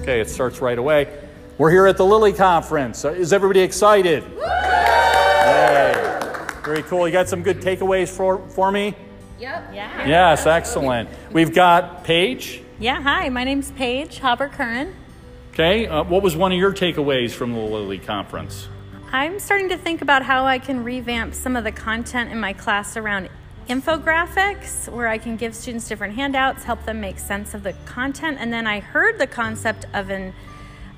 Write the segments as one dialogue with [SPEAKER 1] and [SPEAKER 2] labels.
[SPEAKER 1] Okay, it starts right away. We're here at the Lilly Conference. Uh, Is everybody excited? Yay. Very cool. You got some good takeaways for, for me?
[SPEAKER 2] Yep.
[SPEAKER 3] Yeah.
[SPEAKER 1] Yes, excellent. We've got Paige.
[SPEAKER 3] Yeah, hi, my name's Paige Hopper Curran.
[SPEAKER 1] Okay, uh, what was one of your takeaways from the Lilly Conference?
[SPEAKER 3] I'm starting to think about how I can revamp some of the content in my class around infographics, where I can give students different handouts, help them make sense of the content. And then I heard the concept of an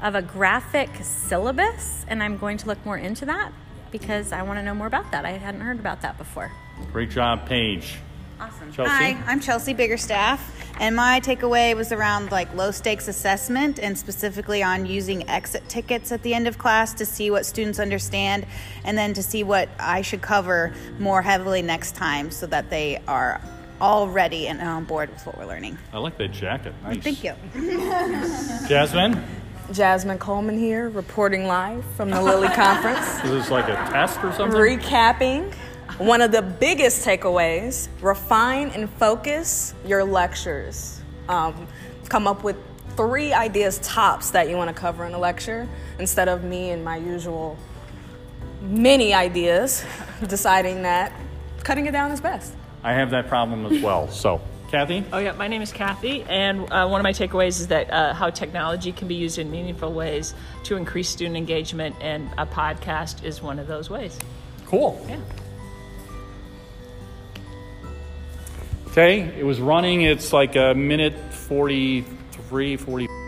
[SPEAKER 3] of a graphic syllabus, and I'm going to look more into that because I want to know more about that. I hadn't heard about that before.
[SPEAKER 1] Great job, Paige. Awesome. Chelsea?
[SPEAKER 4] Hi, I'm Chelsea Biggerstaff, and my takeaway was around like low stakes assessment and specifically on using exit tickets at the end of class to see what students understand and then to see what I should cover more heavily next time so that they are all ready and on board with what we're learning.
[SPEAKER 1] I like that jacket. Nice.
[SPEAKER 4] Thank you.
[SPEAKER 1] Jasmine,
[SPEAKER 5] Jasmine Coleman here, reporting live from the Lilly Conference.
[SPEAKER 1] is this like a test or something?
[SPEAKER 5] Recapping one of the biggest takeaways refine and focus your lectures. Um, come up with three ideas tops that you want to cover in a lecture instead of me and my usual many ideas, deciding that cutting it down is best.
[SPEAKER 1] I have that problem as well. So, Kathy?
[SPEAKER 6] Oh yeah, my name is Kathy, and uh, one of my takeaways is that uh, how technology can be used in meaningful ways to increase student engagement, and a podcast is one of those ways.
[SPEAKER 1] Cool. Okay, it was running. It's like a minute 43, 40.